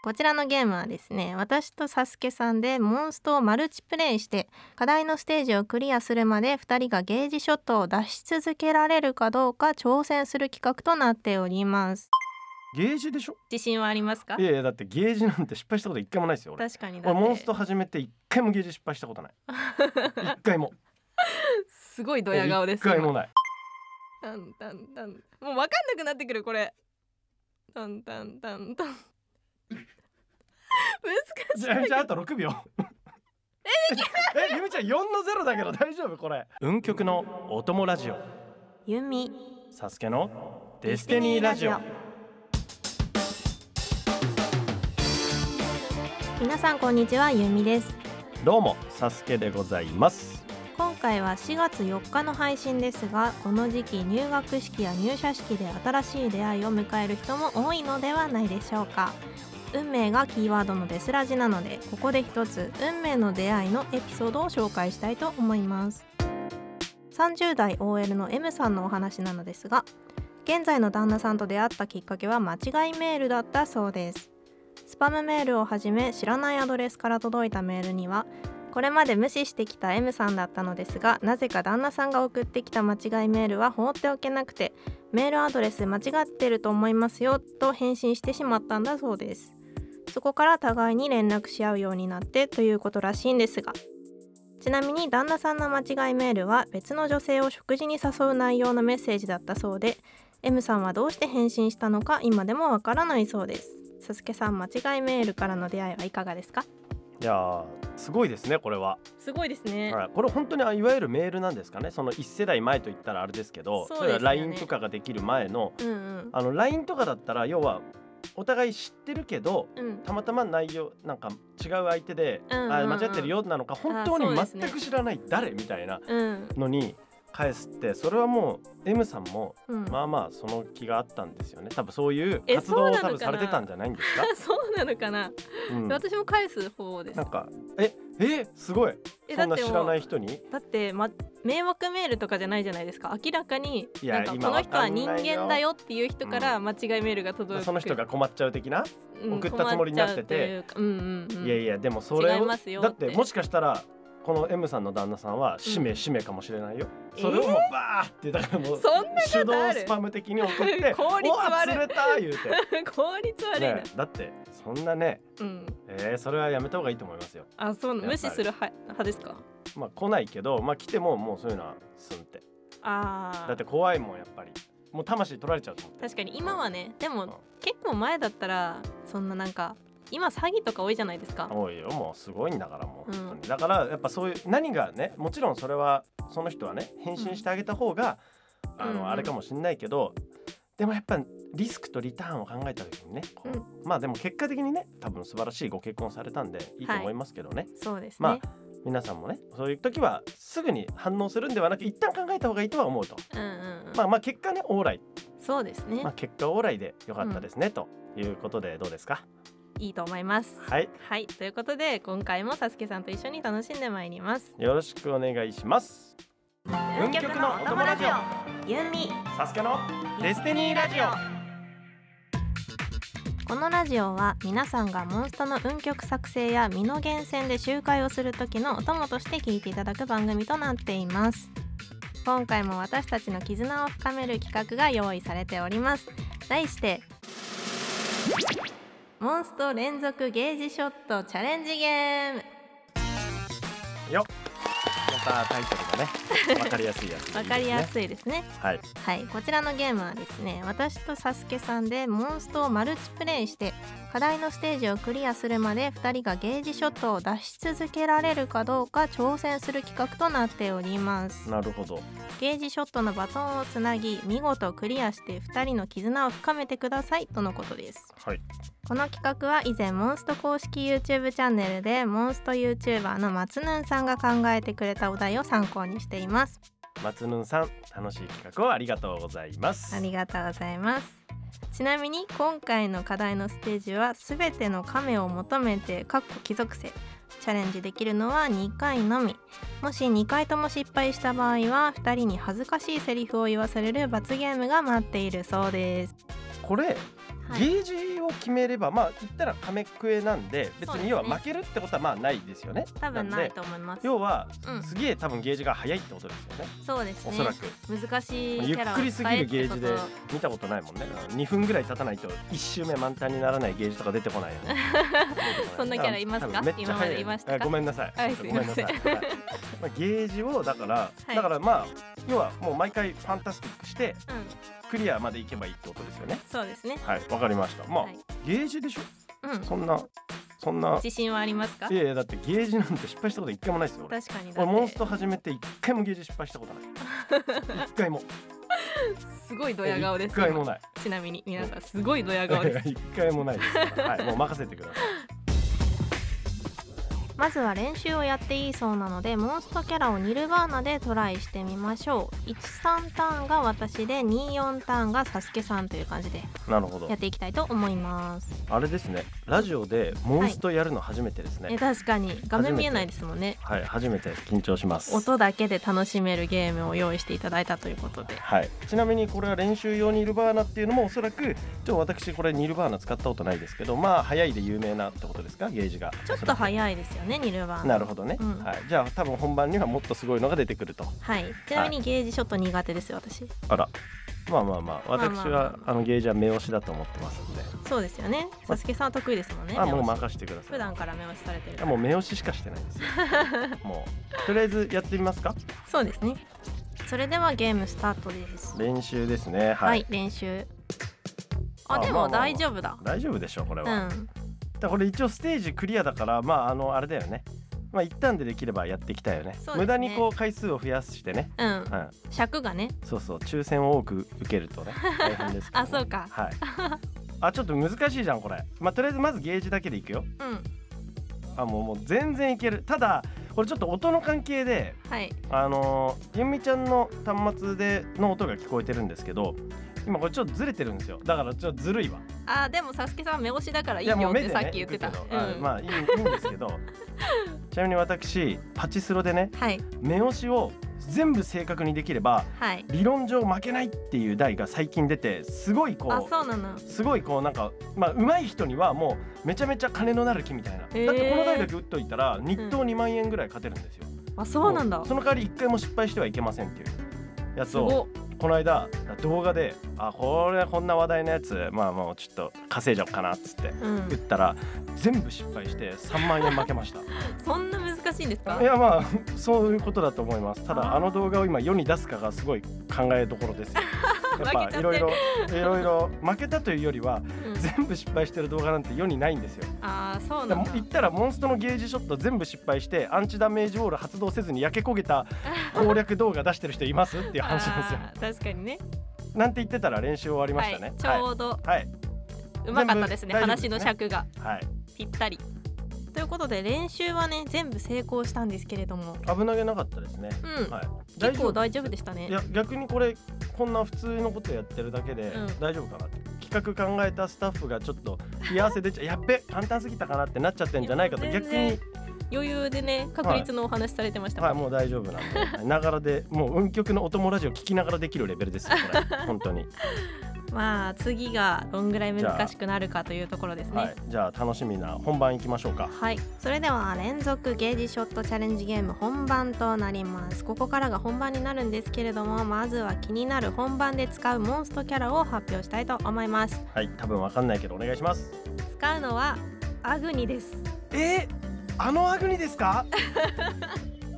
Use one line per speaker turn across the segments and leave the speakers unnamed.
こちらのゲームはですね私とサスケさんでモンストをマルチプレイして課題のステージをクリアするまで2人がゲージショットを出し続けられるかどうか挑戦する企画となっております
ゲージでしょ
自信はありますか
いやいやだってゲージなんて失敗したこと一回もないですよ俺
確かにだ
俺
って
モンスト始めて一回もゲージ失敗したことない一回も
すごい ドヤ顔です
一回もない
タンタンタンもう分かんなくなってくるこれタンタンタンタン 難しい
じゃあじゃああと6秒 えゆみちゃん4の0だけど大丈夫これ運極のお供ラジオ
ユミ
サスケのデ
デ
ス
スティ
ティニ
ニ
ー
ー
ラ
ラ
ジ
ジ
オ
オ皆さんこんにちはユミです
どうもサスケでございます
今回は4月4日の配信ですがこの時期入学式や入社式で新しい出会いを迎える人も多いのではないでしょうか運命がキーワードのデスラジなのでここで一つ運命の出会いのエピソードを紹介したいと思います30代 OL の M さんのお話なのですが現在の旦那さんと出会ったきっかけは間違いメールだったそうですスパムメールをはじめ知らないアドレスから届いたメールにはこれまで無視してきた M さんだったのですがなぜか旦那さんが送ってきた間違いメールは放っておけなくてメールアドレス間違ってると思いますよと返信してしまったんだそうですそこから互いに連絡し合うようになってということらしいんですがちなみに旦那さんの間違いメールは別の女性を食事に誘う内容のメッセージだったそうで M さんはどうして返信したのか今でもわからないそうですすすけさん間違いメールからの出会いはいかがですか
いやーすごいですねこれは、
すごいですね
はい、これ本当にあいわゆるメールなんですかねその1世代前といったらあれですけど
そうですよね
例えば LINE とかができる前の
うんうん
あの LINE とかだったら要はお互い知ってるけど
うん
たまたま内容なんか違う相手で、
うんうんうん
あ間違ってるよなのか本当に
あそうですね
全く知らない誰みたいな
うん
のに返すってそれはもう M さんも
うん、
まあまあその気があったんですよね多分そういう
え
活動を
そうなの
多分
か
さ
な
れてたんじゃないんですか
そうなのかな、
うん、
私も返す方です
なんかええすごい
え
そん
だ
な
ってもう
知らない人に
だって、ま、迷惑メールとかじゃないじゃないですか明らかに
いや
なんかこ
今
の人
わか
は
んない
人
よ
間だよっていう人から間違いメールが届く、
その人が困っちゃう的な、
うん
送ったつもりになってて
困っちゃうというかうんうんうん
い やいやでもそれ
違い
を
ますよ
だ
っ
っててもしかしたらこの M さんの旦那さんは使
う
命
ん
使命かもしれないよ、
えー
それをもうバーってだからもう
そんな
手動
ある
スパム的に送っ て
効率悪い
おわ釣れた言うて、
効率悪いな、
ね、だってそんなね
うん
えー、それはやめた方がいいと思いますよ
あそうなの
や
無
っぱ
視
り
する派派ですか
まあ来ないけどまあ来てももうそういうのはすんって
あ
だ
あ
って怖いもんやっぱりもう魂取られちゃうと思って
確かに今はねで
うん
も結構前だったらそんななんか今詐欺とか多いじゃないですか
多いよもうすごいんだからもう、
うん
本当にだからやっぱそういう何がねもちろんそれはその人はね返信してあげた方が、
うん
あ
う
の
ん
あれかもしんないけどでもやっぱリスクとリターンを考えた時にねこう、
うん
まあでも結果的にね多分素晴らしいご結婚されたんでいいと思いますけどね、
そうですね、
ま皆さんもねそういう時はすぐに反応するんではなく一旦考えた方がいいとは思うと、
うんうんうん
まあまあ結果ねオーライ、
そうですね、
まあ、結果オーライでよかったですね、ということでどうですか
いいと思います
はい
はいということで今回もサスケさんと一緒に楽しんでまいります
よろしくお願いします運極のお供ラジオ
ユーミ
サスケのデスティニーラジオ
このラジオは皆さんがモンストの運曲作成や身の源泉で集会をする時のお供として聞いていただく番組となっています今回も私たちの絆を深める企画が用意されております題してモンスト連続ゲージショットチャレンジゲーム
よまたタイトルがねわかりやすいやつ
わかりや
い
すいですね
いですねはい
はい、こちらのゲームはですね私とサスケさんでモンストをマルチプレイして課題のステージをクリアするまで2人がゲージショットを出し続けられるかどうか挑戦する企画となっております
なるほど
ゲージショットのバトンをつなぎ見事クリアして2人の絆を深めてくださいとのことです
はい
この企画は以前モンスト公式 YouTube チャンネルでモンスト YouTuber の松ヌンさんが考えてくれたお題を参考にしています
松ヌンさん楽しい企画をありがとうございます
ありがとうございます。ちなみに今回の課題のステージはすべての亀を求めて（かっこ貴族性）チャレンジできるのは2回のみもし2回とも失敗した場合は2人に恥ずかしいセリフを言わされる罰ゲームが待っているそうです
これ
はい
ゲージを決めればまあ言ったら亀クエなんで別
そうです
に
ね
要は負けるってことはまあないですよね
多分
ん
ない
で
と思います。
要は
うん、
すげえ多分ゲージが早いってことですよね
そうですね。
おそらく
難しいキ
ゆっ
ャラを
くりす
使
ぎ
え
る
っ
ゲ
て
ー
こ
ジ
と
で見たことないもんね2分ぐらい経たないと1周目満タンにならないゲージとか出てこないよね
そんなキャラいますか
多分めっちゃ
今まで
早
いましたか
あごめんなさい、
はい
ごめんなさい、
すい
はいまあ、ゲージをだから、
はい
だからまあ要はもう毎回ファンタスティックして
うん、
クリアまでいけばいいってことですよね
そうですね。
はいわかりましたまあ、
はい
ゲージでしょ
うん、
そんなそんな
自信はありますか
い？やいやだってゲージなんて失敗したこと一回もないですよ俺
確かにだ
俺
って
モンスト始めて一回もゲージ失敗したこ とない一回も
すごいドヤ顔です。
一回もない
ちなみに皆さ んすごいドヤ顔です。
一回もないですからはいもう任せてください
まずは練習をやっていいそうなのでモンストキャラをニルバーナでトライしてみましょう13ターンが私で24ターンがサスケさんという感じで
なるほど
やっていきたいと思います
あれですねラジオでモンストやるの初めてです
え
ね
確かに画面見えないですもんね
はい、初めて緊張します
音だけで楽しめるゲームを用意していただいたということで
はい、ちなみにこれは練習用ニルバーナっていうのもおそらくちょっと私これニルバーナ使ったことないですけどまあ早いで有名なってことですかゲージが
ちょっと早いですよねニルバーナ
なるほどね、
うん
はい、じゃあ多分本番にはもっとすごいのが出てくると
はいちなみにゲージショット苦手ですよ私
あらまあまあまあ
まあ
私
まあ
はあのゲージは目押しだと思ってますんで、
そうですよねサスケさんは得意ですもんね
あも
目
う
押し
任せてください
普段から目押しされてる
あもう目押ししかしてない ですよもうとりあえずやってみますか
そうですねそれではゲームスタートです
練習ですね
は、
はいい、
練習あ
あ
で
まあま
も
あまあ
大丈夫だ、
大丈夫でしょうこれ
う
は、
ん
だこれ一応ステージクリアだからまああのあれだよねまあ一旦でできればやっていきたいよね
そうですね
無駄にこう回数を増やしてね
うん
うん、
尺がね
そうそう抽選を多く受けると ね大変ですからね
あそうか
はいあちょっと難しいじゃんこれまあとりあえずまずゲージだけでいくよ
うん
あもうもう全然いけるただこれちょっと音の関係で
はい
あのー、ゆみちゃんの端末での音が聞こえてるんですけど今これちょっとずれてるんですよだからちょっとずるいわ
あでもサスケさんは目押しだからいいよってさっき言ってた、
行くけ
う
ど
ん
あまあいいいいんです けどちなみに私パチスロでね
はい
目押しを全部正確にできれば
はい
理論上負けないっていう題が最近出てすごい
あ
こう
そうなの
すごいこうなんかまあ上手い人にはもうめちゃめちゃ金のなる木みたいな、
へー
だってこの題だけ打っといたら日当2万円ぐらい勝てるんですよ、
あそうなんだ
その代わり一回も失敗してはいけませんっていうや
す
つを
ご
この間動画であこれこんな話題のやつまあもうちょっと稼いじゃおうかなっつって
う
打っ
ん
たら全部失敗して3万円負けました
そんな難しいんですか
いやまあそういうことだと思いますた
あ
だ
ー
あの動画を今世に出すかがすごい考えどころです よや
負け
っ
ちゃって
ぱいろいろいろいろ負けたというよりは
うん
全部失敗してる動画なんて世にないんですよ
あそう
だ
な
か
ん
ら
だ
言ったらモンストのゲージショット全部失敗してアンチダメージウォール発動せずに焼け焦げた攻略動画出してる人いますっていう話なんですよ
あー確かにね
なんて言ってたら練習終わりま
は
した
い
ね。
ちょうど
はい。はい。
うまかったですね
全部大丈夫で
話
すね
の尺が
はい
ぴったりということで練習はね全部成功したんですけれども
危なげなかったですね。
うん、
はい。
結構大丈夫でしたね
いや逆にこれこんな普通のことやってるだけで
うん
大丈夫かなって、企画考えたスタッフがちょっと冷や汗 出ちゃやっべ簡単すぎたかなってなっちゃってんじゃないかと
いや
逆
全
に
余裕でね確率のお話されてましたも
は
ん
い
ね、
もう大丈夫なんではいながらでもう運極のお友ラジオ聞きながらできるレベルですよ これ本当に、
まあ次がどんぐらい難しくなるかというところですね
はいじゃあ楽しみな本番行きましょうか
はい、それでは連続ゲージショットチャレンジゲーム本番となりますここからが本番になるんですけれどもまずは気になる本番で使うモンストキャラを発表したいと思います
はい多分わかんないけどお願いします
使うのはアグニです
えー、あのアグニですか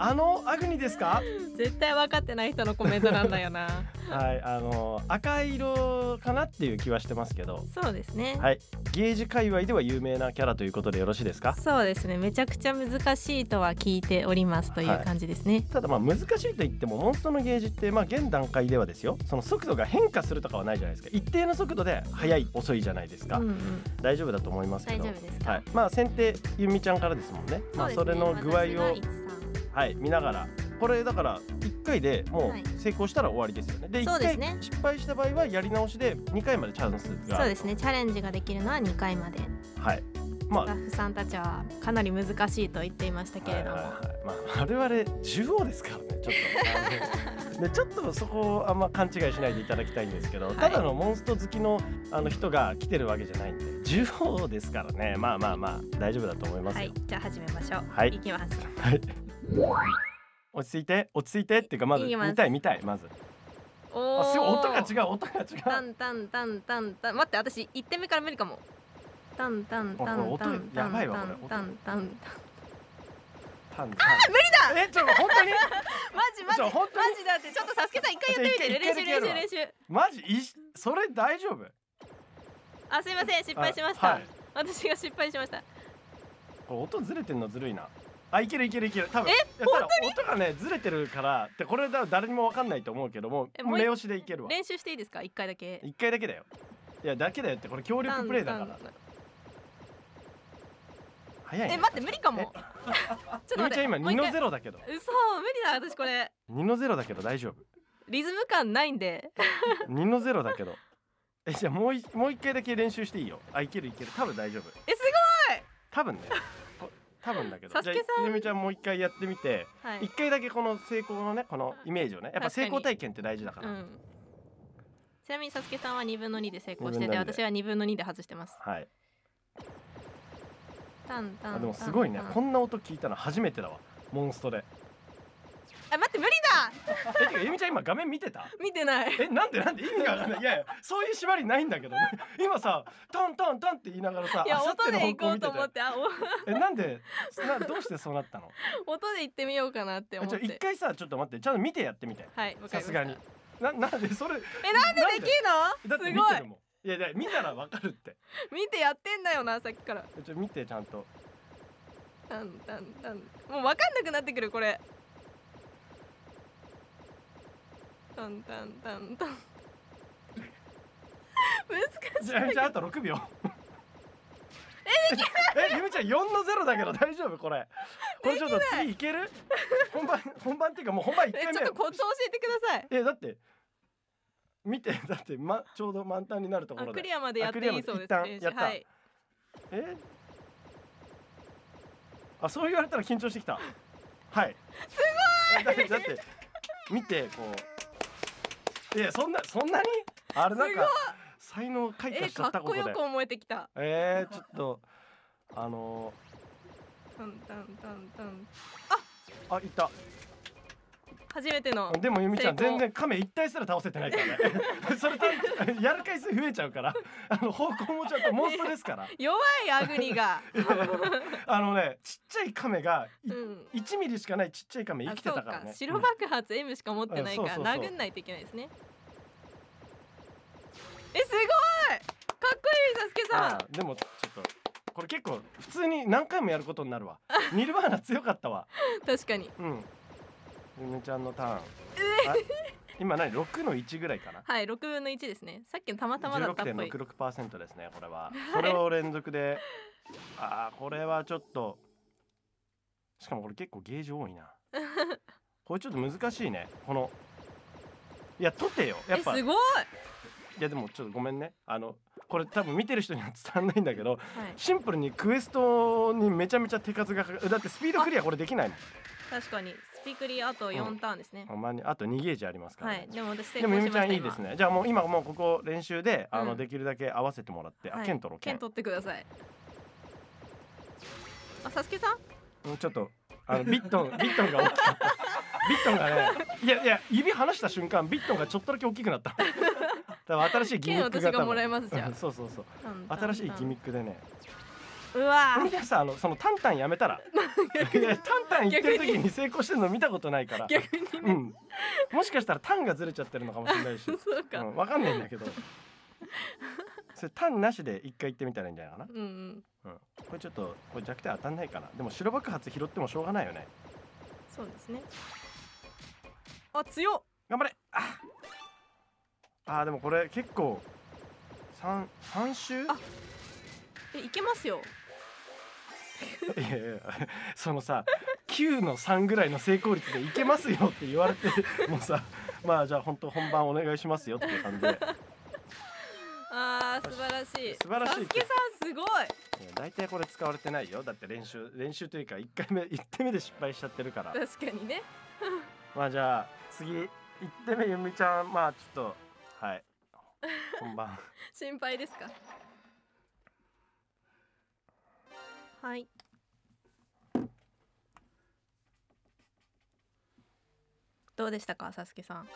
あのアグニですか
絶対分かってない人のコメントなんだよ な
はい、あの赤い色かなっていう気はしてますけど。
そうですね、
はい、ゲージ界隈では有名なキャラということでよろしいですか。
そうですねめちゃくちゃ難しいとは聞いておりますという感じですね、
ただまあ難しいと言ってもモンストのゲージってまあ現段階ではですよその速度が変化するとかはないじゃないですか一定の速度で速い遅いじゃないですか、
うんうん、
大丈夫だと思いますけ
大
ど
丈夫ですか、
はい、まあ先手ゆみちゃんからですもんねま
う
あ
ですね
それの具合
私が
を
一三
はい見ながらこれだから1回でも
はいう
成功したら終わりですよねで
そうです
1
ね
回失敗した場合はやり直しで2回までチャンスがあ
そう
る
で
と
すねチャレンジができるのは2回まで
はいま
スタ
あ
ッフさんたちはかなり難しいと言っていましたけれども、
はいはいはいまあ、我々中央ですからねちょっ とでちょっとそこをあんま勘違いしないでいただきたいんですけど、ただのモンスト好きのあの人が来てるわけじゃないんで重宝ですからねまあまあまあ大丈夫だと思います
は
よ
い。じゃあ始めましょう。
はい
きます。
はい、落ち着いて落ち着いてっていうかまず
いきます
見たい見たいまず
お
あすごい音が
う。
違う音が違う
タンタンタンタンタン。待って私一点目から無理かも。タンタンタンタン
あこ
タ
れ
ン
音
タ
や
ン
ばい
タ
わ
ン
これ
タンタン。
あ無理だえちょっと本当に
マジ マジ
ちょ
マ
本当に
ジだってちょっとサスケさん一回やってみて
ちょ
練
一回
習
一回
練
だけ
習
や
練
るわ
習。
マジいしそれ大丈夫
あすいません失敗しまし
あ
た
はい。
私が失敗しました。
これ音ずれてんのずるいなあいけるいけるいける多分
え
え本当に音がねずれてるからでこれだ誰にもわかんないと思うけども
えもう一
目押しでいけるわ
練習していいですか一回だけ。
一回だけだよいやだけだよってこれ協力プレイだから
タンタン
早いね
え待って無理 かも。ちょっと待
ゆみ
っ
ちゃ
て。
ん今
もう一
2
回
の0だけど
嘘無理だ私これ
2の0だけど大丈夫
リズム感ないんで
2の0だけどえじゃあもういもう一回だけ練習していいよあいけるいける多分大丈夫
えす
多分ねこ多分だけど
サスケさん
じゃあゆみちゃんもう一回やってみて
ごいはい
一回だけこの成功のねこのイメージをねやっぱ成功体験って大事だから
うんちなみにサスケさんは2分の2で成功して
2分
て
の2で
私は2分の2で外してます
はい
タンタン
あでもすごいね
タンタン
こんな音聞いたの初めてだわモン ストで
あ待って無理だ
えてかゆみちゃん今画面見てた
見てない
えなんでなんで意味がわかんないいやいやそういう縛りないんだけどね今さタンタンタンって言いながらさ
いや
あさっ
音
ての
で行こ
方向
う
見て
と
た
思
よ
ってあ
えなんでなどうしてそうなったの
お 音で行ってみようかなって
え
思
ちょ
っ
一
て
回さちょっと待ってちゃんと見てやってみて
はいわかりました
さすがにななんでそれ
えなんでできん
だ
の
っ
す
て見
ご
て
い
るもんいやいや見たらわかるって
見てやってんだよなさっきから
えちょ見てちゃんと
タンタンタンもうわかんなくなってくるこれタンタンタンタン 難しい
じゃあじゃああと6秒えゆみちゃん4の0だけど大丈夫これこれちょっと次いける本番本番っていうかもう本番1
え
回
ち
目
ょっ
よ
とコツ教えてください
えだって見てだって、ま、ちょうど満タンになるとこ
あ
ろ
ク
で
リアまでやっていいそうです
あクリアまで一旦やった
はい
えあそう言われたら緊張してきたはいすごいだってだって見てこういやそんなそんなにあれなんか才能開花
え
しちゃ
か
っ
った
こ
こ
こで
よく思えてきた
えー、ちょっとあの
タンタンタンタン
ー、あいった
初めての
でもゆみちゃん
成功
全然亀一体すら倒せてないからね それ単やる回数増えちゃうからあの方向もちょっとモンストです から
弱いアグリ が
あのねちっちゃい亀がい、
うん
1ミリしかないちっちゃい亀生
あ
きて
そう
たから
か
ね
白爆発 M しか持ってないか
うん
ら
そうそうそう
殴んないといけないですねえすごいかっこいいサスケさ
あ
ん
ーでもちょっとこれ結構普通に何回もやることになるわ ニルバーナ強かったわ
確かに
うんゆめちゃんのターン、あ今何6の1ぐらいかな
はい6分の1ですねさっきのたまたまだったっぽい
16.66%ですねこれはそれを連続であーこれはちょっとしかもこれ結構ゲージ多いなこれちょっと難しいねこのいや取ってよやっ
え
ぱ
す
い
ごい、
やでもちょっとごめんねあのこれ多分見てる人には伝わんないんだけど
はい、
シンプルにクエストにめちゃめちゃ手数がかかるだってスピードクリアこれできないもん
確かにスピクリあと4ターンですね、
ほんまにあと2ゲージありますから、
は
ね
いでも私成
でも
功しまし
ゆみちゃ
た
んいい
今
ですねじゃあもう今もうここ練習であ
う
の
ん
できるだけ合わせてもらって、
は
あ
い
剣取ろう剣
剣取ってくださいあサスケさん
うんちょっとあのビットン ビットンが大きかったビットンがねいやいや指離した瞬間ビットンがちょっとだけ大きくなった多分新しいギミ
剣
ック
私
が
が
多
もら
分
えますじゃ
うんそうそうそう
あ
新しいギミ
ッ
ックでね
クうわ
みんなさあのそのタンタンやめ たらいやタンタン言ってる時に成功してるの見たことないから
ー逆に
う
ね、
ん、もしかしたらタンがずれちゃってるのかもしれないし、う
そうか
ん、わかんないんだけどそれタンなしで一回行ってみたらいいんじゃないかな、
うんうん
うん、これちょっとこれ弱点当たんないかなでも白爆発拾ってもしょうがないよね
そうですねあ強っ
頑張れああーでもこれ結構三三周
あえいけますよ
いやいやそのさ9の3ぐらいの成功率でいけますよって言われてもうさまあじゃあ本当本番お願いしますよっていう感じで
あー素晴らしい
素晴らし
サ
い
スケさんすごい
いや大体これ使われてないよだって練習練習というか1回目1手目で失敗しちゃってるから
確かにね
まあじゃあ次一点目ゆみちゃんまあちょっとはい本番
心配ですか
はいどうでしたかさすけさん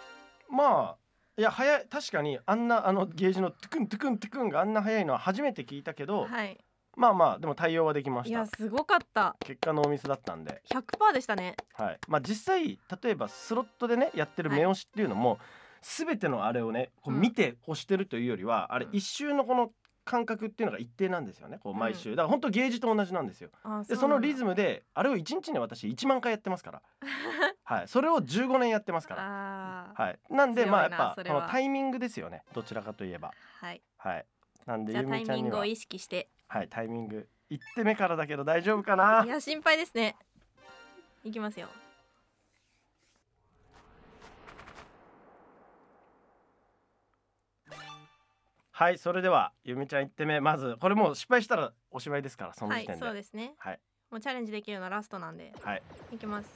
まあいや早い確かにあんなあのゲージのトゥクントゥクントゥクンがあんな早いのは初めて聞いたけど、
はい
まあまあでも対応はできま
い
した
やすごかった
結果ノーミスだったんで、
100%でしたね
はいまあ、実際例えばスロットでねやってる目押しっていうのも、全てのあれをねこう
うん
見て押してるというよりは、あれ
うん
一周のこの感覚っていうのが一定なんですよねこう毎週、だから本当ゲージと同じなんですよ。
あ
でそのリ
ム
ズムであれを1日に私1万回やってますから、はい、それを15年やってますから。
あー
はい、なんでまあや
強い
っ
な
ぱ
それ
こ
は
のタイミングですよねどちらかといえば。
はい
はい、なんで
じゃあ
ゆ
タ
み
イ
ちゃ
ミ
ん
ン
に
グを
は
意識して
はいタイミング1手目からだけど大丈夫かない
や心配ですねいきますよ
はいそれではゆみちゃん1手目まずこれもう失敗したらおしまいですからその
は
時
い
点で、
そうですね
はい
もうチャレンジできるのはラストなんで
はい
いきます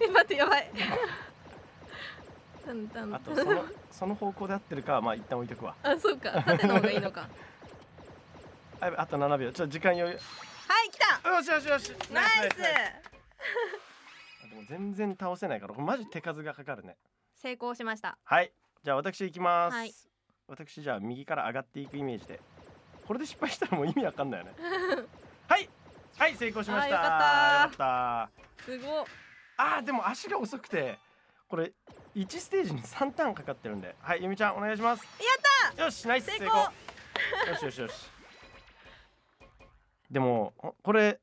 え待ってやばいだんだん
あとそのその方向で合ってるかはまあ一旦置いとくわ
あそうか縦の方がいいのかは
ああと7秒ちょっと時間余裕よ
い来た
しよしよし
ナイス
あでも全然倒せないからこれマジ手数がかかるね
成功しました
はいじゃあ私いきます、
はい
私じゃあ右から上がっていくイメージでこれで失敗したらもう意味わかんないよねはいはい成功しました
あーよか
ったよかった
すごっ
あーでも足が遅くてこれ1ステージに3ターンかかってるんではいゆみちゃんお願いしますやったよしナイス成
成
功
功
よしよしよしでもほこれ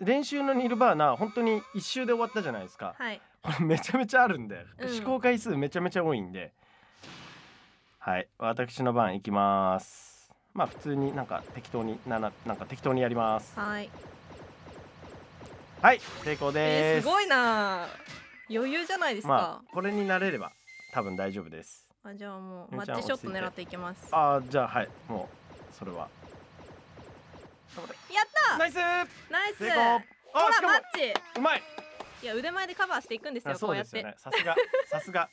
練習のニルバーナ本当に1周で終わったじゃないですか
はい
これ めちゃめちゃあるんで、
うん
試行回数めちゃめちゃ多いんではい私の番いきますまあ普通になんか適当になななんか適当にやります
はい
はい成功
え
で
ー、
す
すごいな余裕じゃないですか、
まあこれに慣れれば多分大丈夫です
あじゃあもう
ゆ
マ
うちゃん
ッチショット
落ち着いて
狙っていきます
ああじゃあはいもうそれは
やった
ナイス
ナイス
成功あ
ほら
しかも
マッチ
うまい
いや腕前でカバーしていくんですよ
あそ
こ
う
うや
で
っ
すよ
て
ねさすがさすが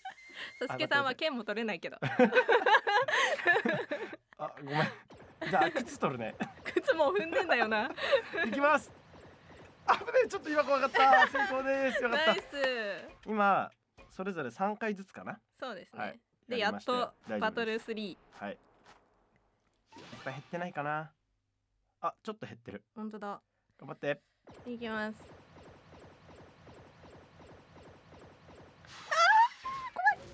さすけさんは剣も取れない けど
あごめんじゃあ靴取 るね
靴も踏んでんだよない
きますあぶねえちょっと今怖かった成功ですよかっ
ナイ
た
ス
今それぞれ三回ずつかな
そうですね、
はい
で
や
や
りま
っ
して
と
大丈夫です
バトル3
はいいっぱい減ってないかなあちょっと減ってる
本当だ
頑張って
いきます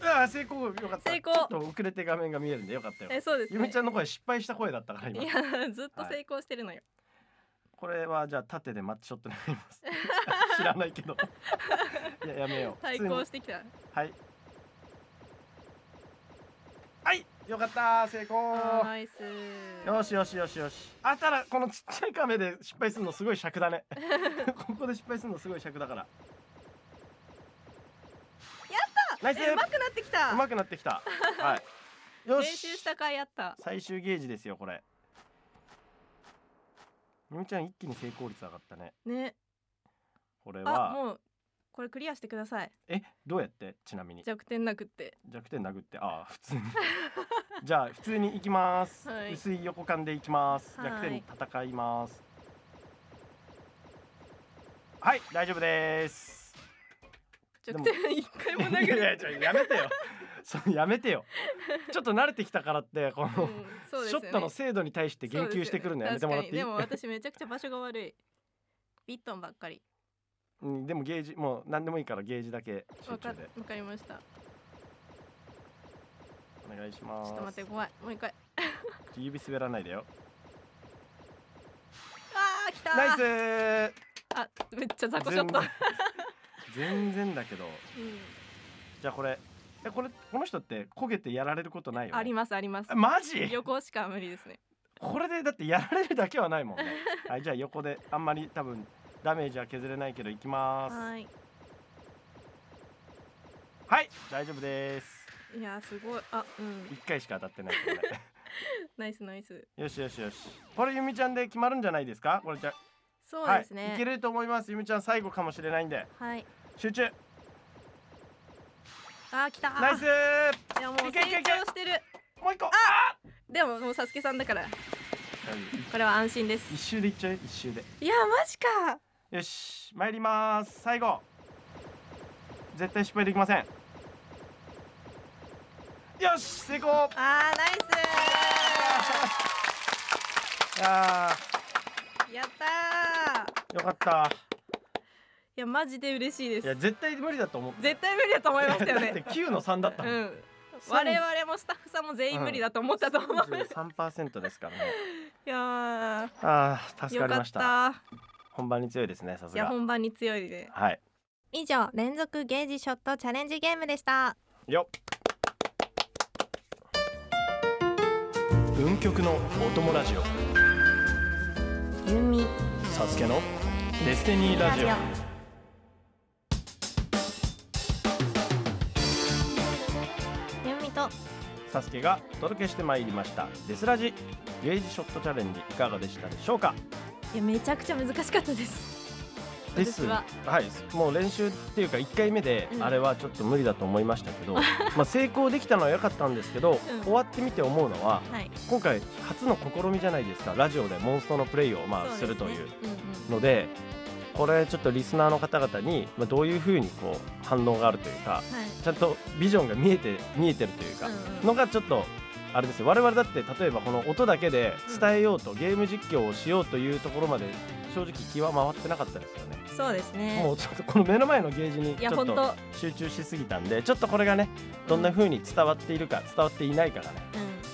あ成功よかった
成功
ちょっと遅れて画面が見えるんでよかったよ
えそうですね
ゆみちゃんの声失敗した声だったから今
いやずっと
はい
成功してるのよ、
これはじゃあ縦でマッチショットになります 知らないけどいややめよう
対抗
普
し
通
てきた
にはいはいよかった成功
あーナイス
よしよしよしよしあたらこのちっちゃいカメで失敗するのすごい尺 だねここで失敗するのすごい尺だからやったナイス
えうまくなってきた
うまくなって きたはいよ
練
し
習した甲斐あった
最終ゲージですよこれゆみちゃん一気に成功率上がったね
ね
これ
あ
は
もうこれクリアしてください
えどうやってちなみに
弱点なくって
弱点殴ってああ普通に じゃあ普通に行きます、
はい
薄い横間で行きます
はい
弱点に戦いますはい大丈夫ですで
直
も
点一回も投げ
いや
る
いやちょやめてよそうやめてよちょっと慣れてきたからってこの、
そうです
ショ
よね
ットの精度に対して言及してくるのやめてもらっていい
そうですよね確かにでも私めちゃくちゃ場所が悪いビットンばっかり
うん、でもゲージもう何でもいいからゲージだけ集
わか
中
わ
で
かりました
お願いしま
ち
す
ょっと待って怖いもう一回
指滑らないでよ
あー来た
ナイスー
あめっちゃ雑魚ショット、
全然全然だけどじゃあこれえこれこの人って焦げてやられることないよ、ね、
ありますあります
あマジ
旅行しか無理ですね
これでだってやられるだけはないもんねはいじゃあ横であんまり多分ダメージは削れないけどいきますはい
はい
大丈夫です
いやーすごいあうん
一回しか当たってないけどね
ナイスナイス
よしよしよしこれゆみちゃんで決まるんじゃないですかこれじゃ
そうです
はい、いけ
ね
ると思いますゆみちゃん最後かもしれないんで
はい
集中
あー来た
ナイス
いやもう
い
成
けいけいけ
長してる
もう一個あ
でももうサスケさんだから
はい
これは安心です
一周でいっちゃう一周で
いやマジか
よし参ります最後絶対失敗できませんよし成功
あ
い
ーナイ
や
スやったー
ーよかっ
い
た
やマジで嬉しいで
いや
す
絶対無理だと思って
絶対無理だと思いましたよ
だっ
ね
て9の3だった
う
もん、
ん我々もスタッフさんも全員無理だと思ったと思う、い
33%ですからね
や
あー
ー
助か
よ
り
か
ま
っ
した
た
本番に強いですねさす
いや
が
本番に強いで
はい
以上連続ゲージショットチャレンジゲームでした
よ文曲のお供ラジオ
ゆみ
サスケのデスティニーラジオ
ゆみと
サスケがお届けしてまいりましたデスラジゲージショットチャレンジいかがでしたでしょうか
いやめちゃくちゃ難しかったです
です
私は
はいもう練習っていうか1回目で
うん
あれはちょっと無理だと思いました けど、まあ成功できたのは良かったんですけど、
うん
終わってみて思うのは
はい
今回初の試みじゃないですかラジオでモンストのプレイをまあす
そ
る
です
と
ね
いう
うんうん
のでこれちょっとリスナーの方々にまあどういうふうにこう反応があるというか
はい
ちゃんとビジョンが見えて見えてるというか、
うんうん
のがちょっとあれですよ我々だって例えばこの音だけで伝えようと、ゲーム実況をしようというところまで正直気は回ってなかったですよね、
そうですね
もうちょっとこの目の前のゲージに
い
ち
や
ょっ
本
と
当
集中しすぎたんでちょっとこれがねどんな風に伝わっているか伝わっていないからね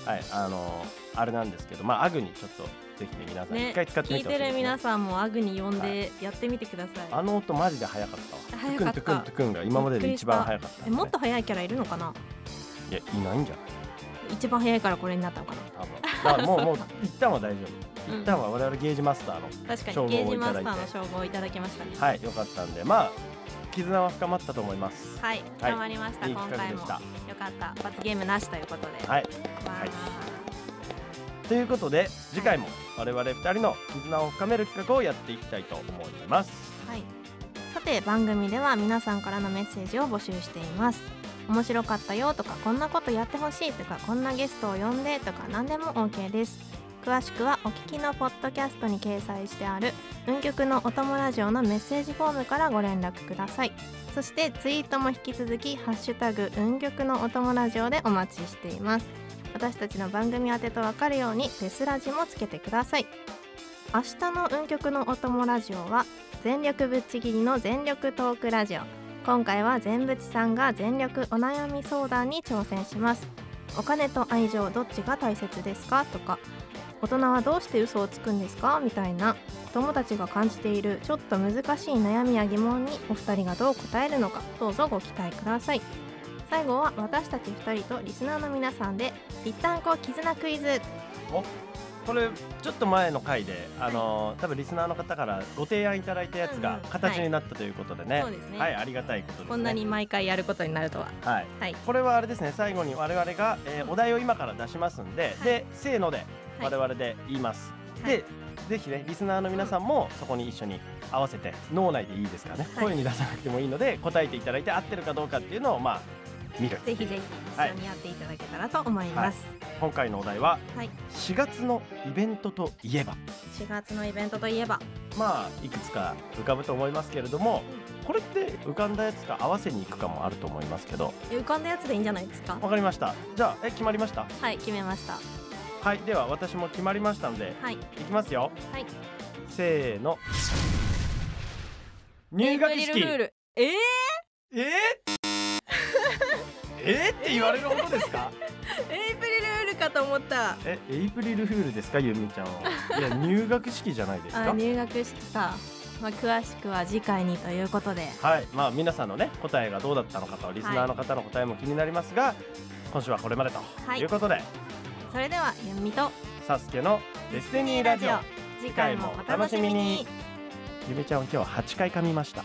う
はいあのーあれなんですけどまあアグにちょっとぜひね皆さん
ね
一回使って
ん、聞
み
い
てほし
て
いで
る
す、ね
皆さんもアグに呼んでやってみてください、
あの音マジで早かったわ
早かった
トゥクントゥクントゥクンが今までで一番早かったんで
え
ね
もっと早いキャラいるのかない
やいないんじゃない
一番早いからこれになったのかな
多分だからもうもう一旦は大丈夫、
うん
一旦は我々ゲージマスターの
確か
称号を
にゲージ
いた
マ
だ
ス
いて
ターの称号をいただきましたね
はい良かったんでまあ絆は深まったと思います
はい
はい
頑張りました、
いい
今
企画
回
で
もよ
し
か
た
った罰ゲームなしということで、
はい
わー
はいということで次回も我々2人の絆を深める企画をやっていきたいと思います
はい、さて番組では皆さんからのメッセージを募集しています面白かったよとかこんなことやってほしいとかこんなゲストを呼んでとか何でも OK です詳しくはお聞きのポッドキャストに掲載してある「文曲のお供ラジオ」のメッセージフォームからご連絡くださいそしてツイートも引き続き「ハッシュタグ運曲のお供ラジオ」でお待ちしています私たちの番組宛てとわかるようにデスラジもつけてください明日の運曲のお供ラジオは全力ぶっちぎりの全力トークラジオ今回は全ぶちさんが全力お悩み相談に挑戦しますお金と愛情どっちが大切ですかとか大人はどうして嘘をつくんですかみたいな子供たちが感じているちょっと難しい悩みや疑問にお二人がどう答えるのかどうぞご期待ください最後は私たち2人とリスナーの皆さんで「ぴったんこ絆クイズ
これちょっと前の回で、あのー多分リスナーの方からご提案いただいたやつ
うん
が
うん
形になったということでね、
そうですね
はいありがたいことですね
こんなに毎回やることになるとは
はい、
はい
これはあれですね最後に我々が、えーお題を今から出しますんで、でせーので
は
我
い
々で言います、
はい
でぜひねリスナーの皆さんもそこに一緒に合わせて脳内でいいですからね、
はい
声に出さなくてもいいので答えていただいて合ってるかどうかっていうのをまあ見る
ぜひぜひ一緒にやっていただけたらと思います、
今回のお題は
はい
4月のイベントといえば
4月のイベントといえば
まあいくつか浮かぶと思いますけれどもこれって浮かんだやつか合わせに行くかもあると思いますけど
浮かんだやつでいいんじゃないですか
わかりましたじゃあえ決まりました
はい決めました
はいでは私も決まりましたので
はい
いきますよ
はい
せーの入学式
エイプリルルールえー、
えー、 えーって言われるほどですか
エイプリルールかと思った
えエイプリルフールですかゆみちゃんはい や入学式じゃないです
あ
か
入学式か、まあ、詳しくは次回にということで
はいまあ皆さんのね答えがどうだったのかとリスナーの方の答えも気になりますが、今週はこれまでと、
はい
い、うことで
それではゆみと
サスケのデスティニーラジオ
次回もお楽しみに
ゆみちゃんは今日は8回噛みました